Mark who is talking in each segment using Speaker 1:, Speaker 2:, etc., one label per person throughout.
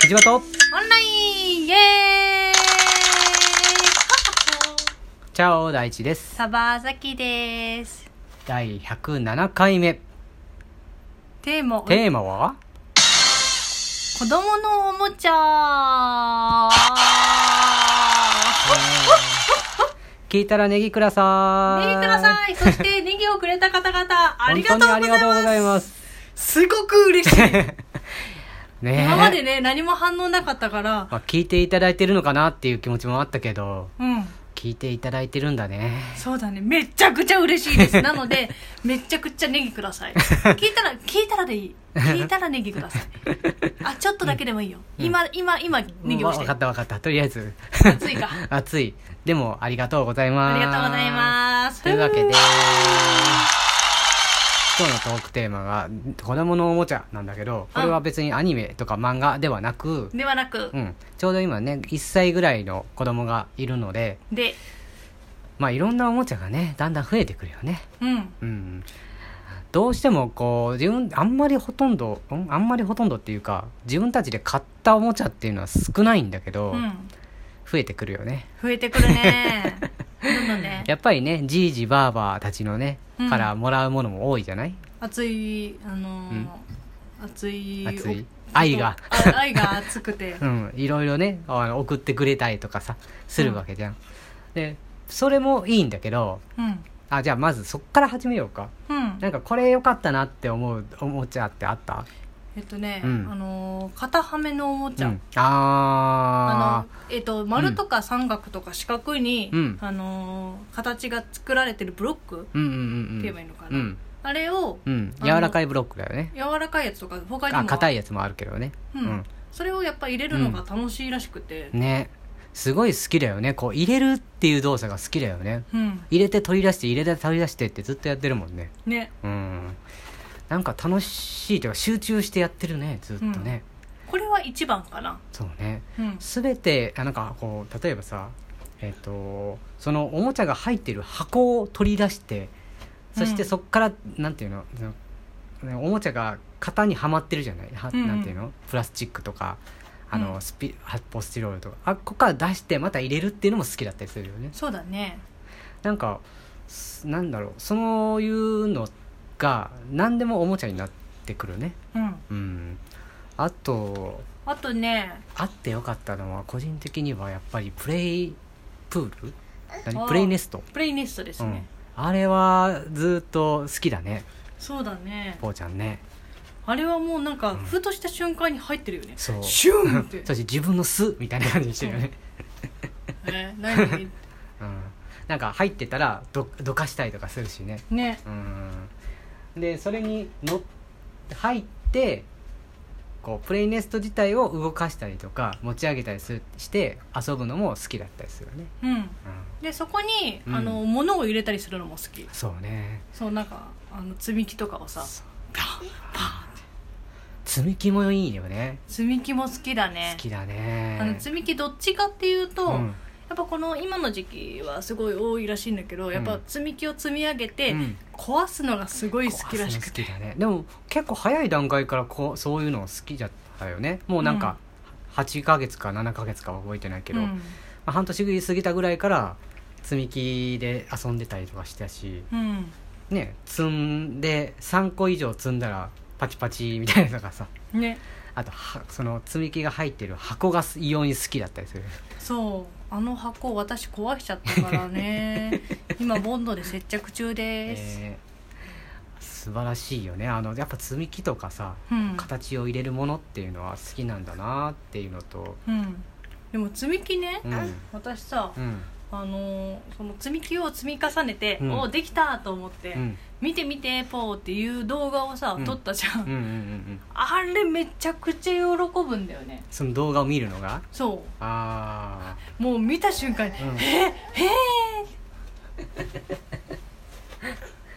Speaker 1: 藤本
Speaker 2: オンラインイエーイ
Speaker 1: チャオ大地です
Speaker 2: サバザキです
Speaker 1: 第107回目
Speaker 2: テーマ
Speaker 1: テーマは
Speaker 2: 子供のおもちゃ
Speaker 1: 聞いたらネギくださ
Speaker 2: ネ
Speaker 1: い
Speaker 2: ギくださいそしてネギをくれた方々ありがとうござ
Speaker 1: 本当にあ
Speaker 2: います
Speaker 1: りがとうございます
Speaker 2: すごく嬉しい
Speaker 1: ね え
Speaker 2: 今までね何も反応なかったから
Speaker 1: まあ、聞いていただいてるのかなっていう気持ちもあったけど
Speaker 2: うん
Speaker 1: 聞いていただいてるんだね
Speaker 2: そうだねめちゃくちゃ嬉しいですなのでめちゃくちゃネギください聞いたら聞いたらでいい聞いたらネギくださいあちょっとだけでもいいよ、今今今ネギ押して
Speaker 1: 分かった分かったとりあえ ず
Speaker 2: 熱いか
Speaker 1: 熱いでもありがとうございます
Speaker 2: ありがとうございます
Speaker 1: というわけで
Speaker 2: うん
Speaker 1: 今日のトークテーマが子供のおもちゃなんだけどこれは別にアニメとか漫画ではなく、
Speaker 2: ではなく
Speaker 1: う、ん、ちょうど今ね1歳ぐらいの子供がいるので
Speaker 2: で
Speaker 1: まあいろんなおもちゃがねだんだん増えてくるよね
Speaker 2: うん
Speaker 1: うんどうしてもこう自分あんまりほとんどんあんまりほとんどっていうか自分たちで買ったおもちゃっていうのは少ないんだけど、
Speaker 2: うん
Speaker 1: 増えてくるよね
Speaker 2: 増えてく るねどんどんね
Speaker 1: やっぱりねじいじばあばたちのね、
Speaker 2: うん
Speaker 1: からもらうものも多いじゃない
Speaker 2: 熱いあのー
Speaker 1: うん
Speaker 2: 熱い
Speaker 1: 熱い
Speaker 2: お
Speaker 1: 愛が
Speaker 2: あ愛が熱くて
Speaker 1: うん、いろいろねあの送ってくれたりとかさするわけじゃん、でそれもいいんだけど
Speaker 2: うん
Speaker 1: あじゃあまずそっから始めようか
Speaker 2: うん
Speaker 1: なんかこれ良かったなって思うおもちゃってあった
Speaker 2: えっとね、
Speaker 1: うん
Speaker 2: あのー肩はめのおもちゃ、
Speaker 1: うん、
Speaker 2: あ
Speaker 1: あ
Speaker 2: のえっと、丸とか三角とか四角に、
Speaker 1: うん
Speaker 2: あのー形が作られてるブロック
Speaker 1: ーうんうんうんうん
Speaker 2: って言えばいいのか
Speaker 1: う
Speaker 2: な、
Speaker 1: ん
Speaker 2: あれを
Speaker 1: うん
Speaker 2: あの
Speaker 1: 柔らかいブロックだよね
Speaker 2: 柔らかいやつとか他に
Speaker 1: あ
Speaker 2: も
Speaker 1: 硬いやつもあるけどね
Speaker 2: うんそれをやっぱ入れるのが楽しいらしくて
Speaker 1: うん、ねすごい好きだよねこう入れるっていう動作が好きだよね
Speaker 2: うん、
Speaker 1: 入れて取り出して入れて取り出してってずっとやってるもんね
Speaker 2: ね
Speaker 1: うんなんか楽しいというか集中してやってるねずっとね、
Speaker 2: これは一番かな
Speaker 1: そうね
Speaker 2: うん
Speaker 1: 全てあなんかこう例えばさえっ、とそのおもちゃが入ってる箱を取り出してそして
Speaker 2: うん
Speaker 1: そっから、なんていうのそのねおもちゃが型にはまってるじゃないは、
Speaker 2: うんうん
Speaker 1: なんていうのプラスチックとかあの、
Speaker 2: うん
Speaker 1: スピ発泡スチロールとかあここから出してまた入れるっていうのも好きだったりするよね
Speaker 2: そうだね
Speaker 1: なんかすなんだろうそういうのが何でもおもちゃになってくるね
Speaker 2: うん
Speaker 1: うんあと
Speaker 2: あとね
Speaker 1: あってよかったのは個人的にはやっぱりプレイプール
Speaker 2: あ
Speaker 1: 何
Speaker 2: ー
Speaker 1: プレイネスト、
Speaker 2: プレイネストです
Speaker 1: う
Speaker 2: ね、
Speaker 1: ん、あれはずっと好きだね
Speaker 2: そうだね
Speaker 1: ぽーちゃんね
Speaker 2: あれはもうなんか
Speaker 1: ん
Speaker 2: ふとした瞬間に入ってるよね、
Speaker 1: そう
Speaker 2: シュンって
Speaker 1: そして自分の巣みたいな感じにしてるよね、
Speaker 2: え何
Speaker 1: うん、なんか入ってたらどどかしたりとかするしね
Speaker 2: ね
Speaker 1: うんでそれに乗っ入ってこうプレイネスト自体を動かしたりとか持ち上げたりするして遊ぶのも好きだったりするよね、
Speaker 2: うん
Speaker 1: うん、
Speaker 2: でそこに、
Speaker 1: うん
Speaker 2: あの物を入れたりするのも好き
Speaker 1: そうね
Speaker 2: そうなんかあの積み木とかをさ
Speaker 1: 積み木もいいよね
Speaker 2: 積み木も好きだね
Speaker 1: 好きだ
Speaker 2: あの
Speaker 1: ね
Speaker 2: 積み木どっちかっていうと、
Speaker 1: うん
Speaker 2: やっぱこの今の時期はすごい多いらしいんだけどやっ
Speaker 1: う
Speaker 2: ぱ
Speaker 1: ん
Speaker 2: 積み木を積み上げて、
Speaker 1: うん
Speaker 2: 壊すのがすごい好きらしくて
Speaker 1: 好きだねでも結構早い段階からこうそういうの好きだったよねもうなんか8ヶ月か7ヶ月かは覚えてないけど、
Speaker 2: う
Speaker 1: ま
Speaker 2: ん
Speaker 1: あ、半年過ぎたぐらいから積み木で遊んでたりとかしたし
Speaker 2: うん
Speaker 1: ね積んで3個以上積んだらパチパチみたいなのがさ
Speaker 2: ね
Speaker 1: あとはその積み木が入ってる箱が異様に好きだったりする
Speaker 2: そうあの箱私壊しちゃったから ね今ボンドで接着中です、
Speaker 1: えー素晴らしいよねあのやっぱ積み木とかさ
Speaker 2: うん、
Speaker 1: 形を入れるものっていうのは好きなんだなっていうのと
Speaker 2: うん、でも積み木ね、
Speaker 1: うん
Speaker 2: 私さ、
Speaker 1: うん
Speaker 2: あのーその積み木を積み重ねて「
Speaker 1: うん
Speaker 2: おおできた!」と思って、
Speaker 1: うん
Speaker 2: 見て見てポー」っていう動画をさ
Speaker 1: うん
Speaker 2: 撮ったじゃん、
Speaker 1: うんうんうんうん
Speaker 2: あれめちゃくちゃ喜ぶんだよね
Speaker 1: その動画を見るのが
Speaker 2: そ
Speaker 1: あ
Speaker 2: うもう見た瞬間に「
Speaker 1: うん
Speaker 2: ええ
Speaker 1: あ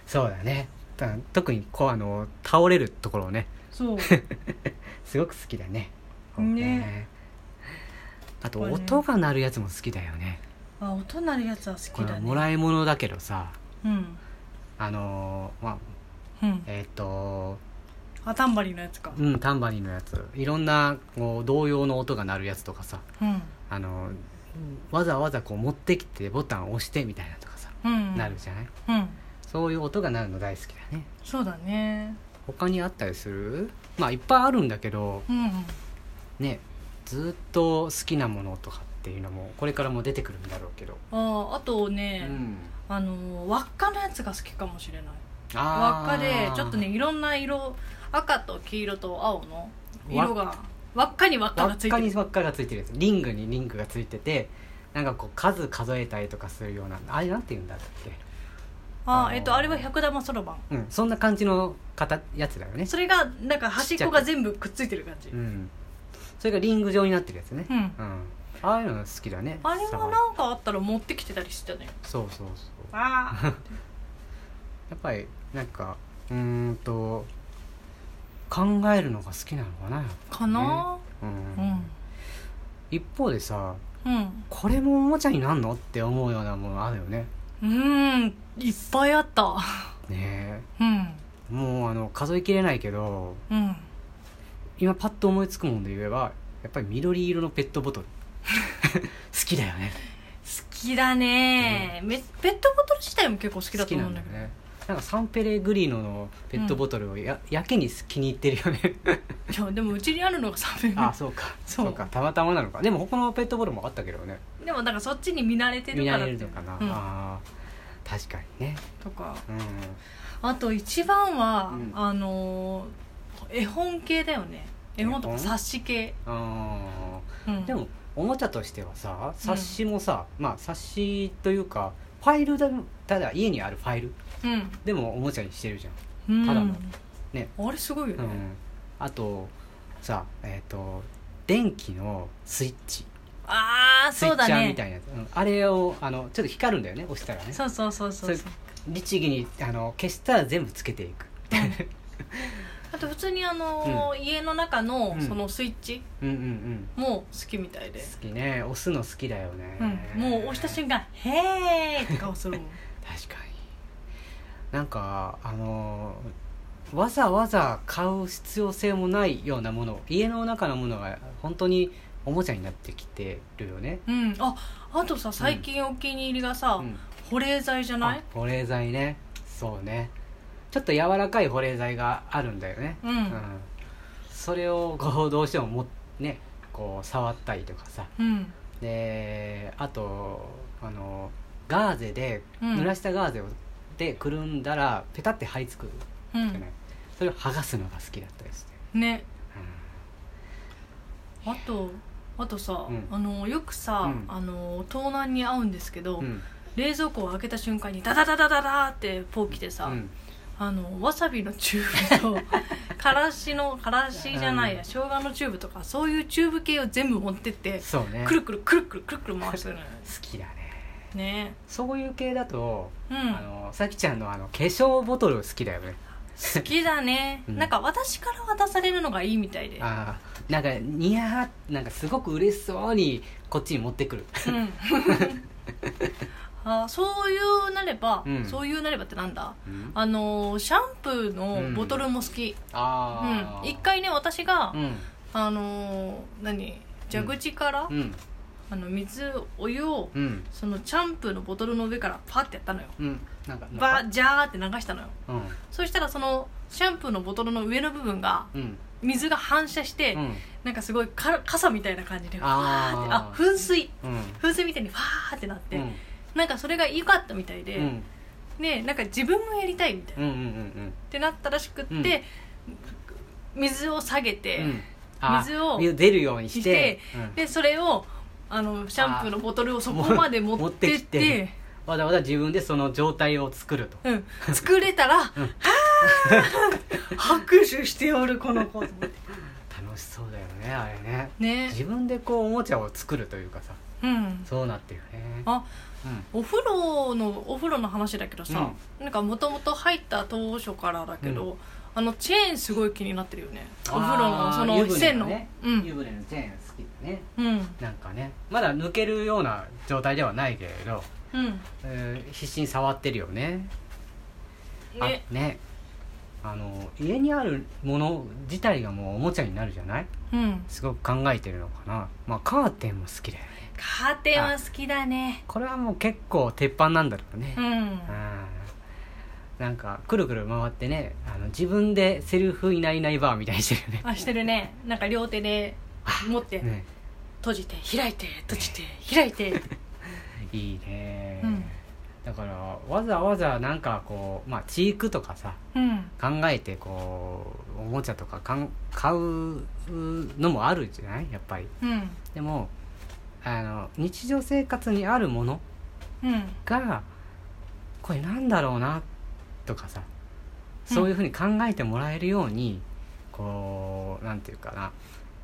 Speaker 1: そうだねた特にこうあの倒れるところをね
Speaker 2: そう
Speaker 1: すごく好きだね
Speaker 2: ね
Speaker 1: あと
Speaker 2: これね
Speaker 1: 音が鳴るやつも好きだよね
Speaker 2: あ音鳴るやつは好
Speaker 1: こ
Speaker 2: き
Speaker 1: れ
Speaker 2: だ
Speaker 1: は
Speaker 2: ね
Speaker 1: もらい物だけどさ
Speaker 2: うん
Speaker 1: あのーまあ
Speaker 2: うん
Speaker 1: えっ、と
Speaker 2: あタンバリンのやつか
Speaker 1: うんタンバリンのやついろんなこう同様の音が鳴るやつとかさ
Speaker 2: うん
Speaker 1: あのわざわざこう持ってきてボタンを押してみたいなとかさ、
Speaker 2: うん
Speaker 1: なるじゃない
Speaker 2: うん
Speaker 1: そういう音が鳴るの大好きだね
Speaker 2: そうだね
Speaker 1: 他にあったりするまあいっぱいあるんだけど
Speaker 2: うんうん
Speaker 1: ねずっと好きなものとかっていうのもこれからも出てくるんだろうけど、
Speaker 2: あーあと
Speaker 1: う
Speaker 2: ね、
Speaker 1: ん、
Speaker 2: あの輪っかのやつが好きかもしれない輪
Speaker 1: あ
Speaker 2: っ
Speaker 1: ー
Speaker 2: かでちょっとねいろんな色赤と黄色と青の色が輪っかに輪っか
Speaker 1: 輪
Speaker 2: が
Speaker 1: っ
Speaker 2: つい
Speaker 1: か
Speaker 2: て
Speaker 1: に
Speaker 2: る
Speaker 1: 輪っかがついてるやつリングにリングがついててなんかこう数数えたりとかするようなあれなんて言うんだっけ、
Speaker 2: あ
Speaker 1: あの
Speaker 2: ー
Speaker 1: ー
Speaker 2: えっとあれは百玉そろばん
Speaker 1: うん、そんな感じの形やつだよね
Speaker 2: それがなんか端っこが全部くっついてる感じ
Speaker 1: うんそれがリング状になってるやつね
Speaker 2: うん
Speaker 1: うん、ああいうの好きだね
Speaker 2: あれ
Speaker 1: 触
Speaker 2: は
Speaker 1: る
Speaker 2: なんかあったら持ってきてたりしてたね
Speaker 1: そうそうそう
Speaker 2: ああ
Speaker 1: やっぱりなんかうーんと考えるのが好きなのかな、
Speaker 2: かな
Speaker 1: うん
Speaker 2: うん
Speaker 1: 一方でさ
Speaker 2: うん
Speaker 1: これもおもちゃになんのって思うようなものあるよね
Speaker 2: うんいっぱいあった
Speaker 1: ね
Speaker 2: うん
Speaker 1: えもうあの数えきれないけど
Speaker 2: うん
Speaker 1: 今パッと思いつくもので言えばやっぱり緑色のペットボ トル好きだよね
Speaker 2: 好きだね、めペットボトル自体も結構好きだと思うんだけど
Speaker 1: 好きなんよねなんかサンペレグリーノのペットボトルをや,、やけに気に入ってるよね
Speaker 2: いやでもうちにあるのが3分
Speaker 1: あそうか
Speaker 2: そう
Speaker 1: そうかたまたまなのかでも他のペットボトルもあったけどね
Speaker 2: でもなんかそっちに見慣れてる
Speaker 1: 見
Speaker 2: か
Speaker 1: ら
Speaker 2: らっ
Speaker 1: れ
Speaker 2: ていう
Speaker 1: るのかな、あ
Speaker 2: うん
Speaker 1: あー確かにね
Speaker 2: とか
Speaker 1: うん
Speaker 2: あと一番は、
Speaker 1: うん
Speaker 2: あのー絵本系だよね絵本とか
Speaker 1: 絵本
Speaker 2: 冊子系、
Speaker 1: あ
Speaker 2: うん、
Speaker 1: ーでもおもちゃとしてはさ冊子もさ、まあ冊子というかファイルだただ家にあるファイル
Speaker 2: うん、
Speaker 1: でもおもちゃにしてるじゃん
Speaker 2: うん、
Speaker 1: ただのね
Speaker 2: あれすごいよ
Speaker 1: う
Speaker 2: ね、
Speaker 1: ん、あとさえっ、と電気のスイッチ、
Speaker 2: ああ
Speaker 1: スイ
Speaker 2: そ
Speaker 1: ッ
Speaker 2: うだ
Speaker 1: チャー
Speaker 2: ね
Speaker 1: みたいなやつ、うんあれをあのちょっと光るんだよね押したらね
Speaker 2: そうそうそうそう
Speaker 1: そ
Speaker 2: そう
Speaker 1: 律儀にあの消したら全部つけていく
Speaker 2: あと普通にあのー家の中の
Speaker 1: うん
Speaker 2: そのスイッチ
Speaker 1: うんうんうん
Speaker 2: も好きみたいで、
Speaker 1: 好きね押すの好きだよね、
Speaker 2: うん、もう押した瞬間「へーって顔する もん
Speaker 1: 確かになんかあのわざわざ買う必要性もないようなもの家の中のものが本当におもちゃになってきてるよね、
Speaker 2: うんああとさ最近お気に入りがさ、
Speaker 1: うん
Speaker 2: 保冷剤じゃない
Speaker 1: あ保冷剤ねそうねちょっと柔らかい保冷剤があるんだよね、
Speaker 2: うん、
Speaker 1: うんそれをこうどうしてももねこう触ったりとかさ
Speaker 2: うん
Speaker 1: であとあのガーゼで
Speaker 2: うん
Speaker 1: 濡らしたガーゼをでくるんだらペタって張り付く
Speaker 2: う
Speaker 1: じゃない、
Speaker 2: ん
Speaker 1: それを剥がすのが好きだったりして、
Speaker 2: ね
Speaker 1: う
Speaker 2: あとあとさ、
Speaker 1: うん
Speaker 2: あのよくさ、
Speaker 1: うん
Speaker 2: あの盗難に遭うんですけど、
Speaker 1: んうん
Speaker 2: 冷蔵庫を開けた瞬間にダダダダダダーってポー来てさ、
Speaker 1: うん
Speaker 2: あのわさびのチューブとからしの からしじゃないや、
Speaker 1: うん
Speaker 2: 生姜のチューブとかそういうチューブ系を全部持ってって
Speaker 1: そうね
Speaker 2: く
Speaker 1: 好
Speaker 2: るくるくるくるくるくる回してるのよ
Speaker 1: きだ ね
Speaker 2: ね
Speaker 1: そういう系だと、
Speaker 2: うん
Speaker 1: あのさきちゃんのあの化粧ボトル好きだよね
Speaker 2: 好きだね、
Speaker 1: うん
Speaker 2: なんか私から渡されるのがいいみたいで、
Speaker 1: あーなんかニヤーなんかすごく嬉しそうにこっちに持ってくる
Speaker 2: うん、 あそういうなれば、
Speaker 1: うん
Speaker 2: そういうなればってなんだ
Speaker 1: うん
Speaker 2: あのーシャンプーのボトルも好き、うん
Speaker 1: あー
Speaker 2: 一回ね私が、
Speaker 1: うん
Speaker 2: あのー何蛇口から、
Speaker 1: うん
Speaker 2: あの水お湯を
Speaker 1: うん
Speaker 2: そのシャンプーのボトルの上からパってやったのよ
Speaker 1: うんなんか
Speaker 2: バージャーって流したのよ
Speaker 1: うん
Speaker 2: そしたらそのシャンプーのボトルの上の部分が
Speaker 1: うん
Speaker 2: 水が反射して、
Speaker 1: うん
Speaker 2: なんかすごいか傘みたいな感じでファ
Speaker 1: あー
Speaker 2: ーってあ噴水
Speaker 1: うん
Speaker 2: 噴水みたいにファーってなっ
Speaker 1: う
Speaker 2: て、
Speaker 1: ん
Speaker 2: なんかそれが良かったみたいで、
Speaker 1: うんうん
Speaker 2: でなんか自分もやりたいみたいな、
Speaker 1: うんうん
Speaker 2: ってなったらしくって、水を下げて、
Speaker 1: うんあー
Speaker 2: 水を
Speaker 1: 水出るようにして
Speaker 2: して
Speaker 1: うん
Speaker 2: でそれをあのシャンプーのボトルをそこまで持
Speaker 1: も
Speaker 2: ってって
Speaker 1: 持ってきわざわざ自分でその状態を作ると
Speaker 2: うん、作れたら「はあ拍手しておるこの子」と思って
Speaker 1: 楽しそうだよねあれね
Speaker 2: ね
Speaker 1: 自分でこうおもちゃを作るというかさ
Speaker 2: うん
Speaker 1: そうなってるね
Speaker 2: あ
Speaker 1: うん
Speaker 2: お風呂のお風呂の話だけどさ、なんかもともと入った当初からだけど、
Speaker 1: う
Speaker 2: あのチェーンすごい気になってるよねお風呂
Speaker 1: あー
Speaker 2: のそ
Speaker 1: 湯
Speaker 2: の
Speaker 1: 船
Speaker 2: 線の
Speaker 1: ね
Speaker 2: うん
Speaker 1: 湯船のチェーン好きだね
Speaker 2: うん
Speaker 1: なんかねまだ抜けるような状態ではないけれど、
Speaker 2: うん
Speaker 1: えー必死に触ってるよね
Speaker 2: ね
Speaker 1: あねああの家にあるもの自体がもうおもちゃになるじゃない
Speaker 2: うん
Speaker 1: すごく考えてるのかなまあカーテンも好きだよね
Speaker 2: カーテンは好きだね
Speaker 1: これはもう結構鉄板なんだろうね
Speaker 2: う、ん
Speaker 1: あーなんかくるくる回ってねあの自分でセルフいないいないバーみたいにしてるよね
Speaker 2: あしてるねなんか両手で持って
Speaker 1: ね
Speaker 2: 閉じて開いて閉じて開いて
Speaker 1: いいね、
Speaker 2: うん
Speaker 1: だからわざわざなんかこうまあチークとかさ
Speaker 2: うん
Speaker 1: 考えてこうおもちゃとかかん買うのもあるじゃないやっぱり
Speaker 2: うん
Speaker 1: でもあの日常生活にあるもの
Speaker 2: うん
Speaker 1: がこれなんだろうなとかさそういうふうに考えてもらえるように、こうなんていうかな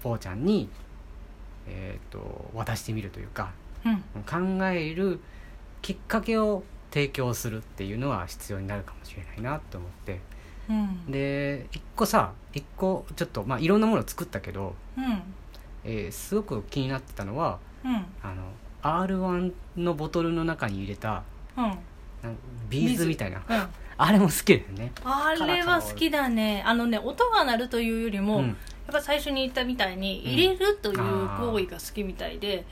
Speaker 1: ぽーちゃんに、えー、と渡してみるというか
Speaker 2: うん
Speaker 1: 考えるきっかけを提供するっていうのは必要になるかもしれないなと思って
Speaker 2: うん
Speaker 1: で一個さ一個ちょっとまあいろんなものを作ったけど、
Speaker 2: うん
Speaker 1: えーすごく気になってたのは
Speaker 2: うん
Speaker 1: あの R1 のボトルの中に入れた
Speaker 2: うん
Speaker 1: なんビーズみたいな
Speaker 2: うん
Speaker 1: あれも好きだよね。
Speaker 2: あれは好きだねあのね音が鳴るというよりも、
Speaker 1: う
Speaker 2: やっ
Speaker 1: ん
Speaker 2: ぱ最初に言ったみたいに
Speaker 1: うん
Speaker 2: 入れるという
Speaker 1: あー
Speaker 2: 行為が好きみたいで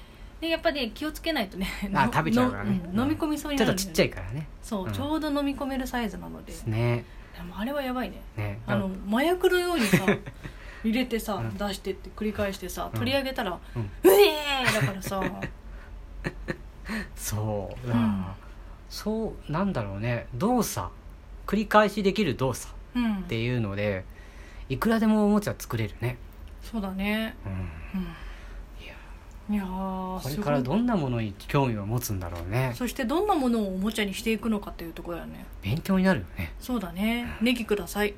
Speaker 2: でやっぱり、ね、気をつけないとね
Speaker 1: あ
Speaker 2: の
Speaker 1: 食べちゃうからね
Speaker 2: のん飲み込みそうに
Speaker 1: ちょ
Speaker 2: な
Speaker 1: っ
Speaker 2: る
Speaker 1: とちっ
Speaker 2: んだよね
Speaker 1: ちゃいからね。
Speaker 2: そう、
Speaker 1: うん
Speaker 2: ちょうど飲み込めるサイズなので
Speaker 1: です
Speaker 2: で
Speaker 1: ね。
Speaker 2: もあれはやばいね
Speaker 1: ね。
Speaker 2: あの麻薬のようにさ入れてさ、
Speaker 1: うん
Speaker 2: 出してって繰り返してさ
Speaker 1: うん
Speaker 2: 取り上げたら「う
Speaker 1: うん
Speaker 2: えー!」だからさ
Speaker 1: そう、
Speaker 2: うん
Speaker 1: あーそうなんだろうね動作繰り返しできる動作
Speaker 2: うん
Speaker 1: っていうのでいくらでもおもちゃ作れるね、
Speaker 2: そうだね
Speaker 1: うん、
Speaker 2: うん
Speaker 1: いや
Speaker 2: いやー
Speaker 1: これ
Speaker 2: すごい
Speaker 1: からどんなものに興味を持つんだろうね
Speaker 2: そしてどんなものをおもちゃにしていくのかっていうところだよね
Speaker 1: 勉強になるよね
Speaker 2: そうだねネギください